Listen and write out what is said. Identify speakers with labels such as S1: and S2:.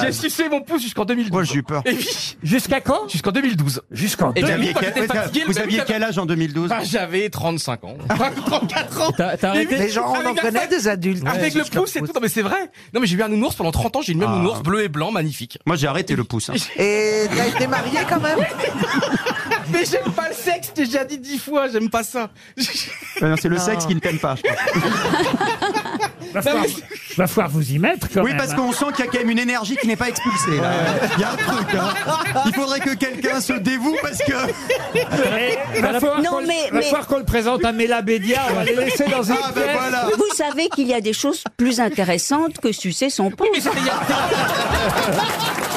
S1: J'ai sucé mon pouce jusqu'en 2012.
S2: Moi, j'ai eu peur.
S1: Et Eh oui,
S3: Jusqu'à quand
S1: jusqu'en 2012.
S3: Jusqu'en
S1: Et
S2: Vous
S1: J'étais
S2: aviez
S1: pas-
S2: quel,
S1: j'étais fatigué,
S2: vous
S1: le
S2: aviez
S1: mec
S2: quel âge en 2012
S1: Bah, j'avais 35 ans. 34 ans.
S3: T'as t'as arrêté
S4: Les gens, on en
S1: Avec la
S4: connaît
S1: fac-
S4: des adultes.
S1: Ah, Avec le pouce et tout. Non, mais c'est vrai. Non, mais j'ai eu un nounours pendant 30 ans. J'ai eu le même
S2: Ah.
S1: nounours bleu et blanc, magnifique.
S2: Moi, j'ai arrêté le pouce. hein.
S4: Et t'as été marié quand même
S1: Mais j'aime pas le sexe, t'es déjà dit 10 fois, j'aime pas ça.
S2: Euh, non, C'est le sexe qui ne t'aime pas. je pense.
S3: va, falloir, va falloir vous y mettre quand
S2: Bah Oui,
S3: même.
S2: parce
S3: hein.
S2: qu'on sent qu'il y a quand même une énergie qui n'est pas expulsée. là. Il y a un truc. hein. Il faudrait que quelqu'un se dévoue parce que.
S3: Eh, va falloir
S5: Non,
S3: qu'on le-
S5: mais-
S3: va
S5: mais-
S3: falloir qu'on le présente à Mela Bédia. On va les laisser dans une
S2: Ah, ben
S3: pièce.
S2: voilà.
S5: Vous savez qu'il y a des choses plus intéressantes que sucer son pouce.
S1: Mais c'était il y a-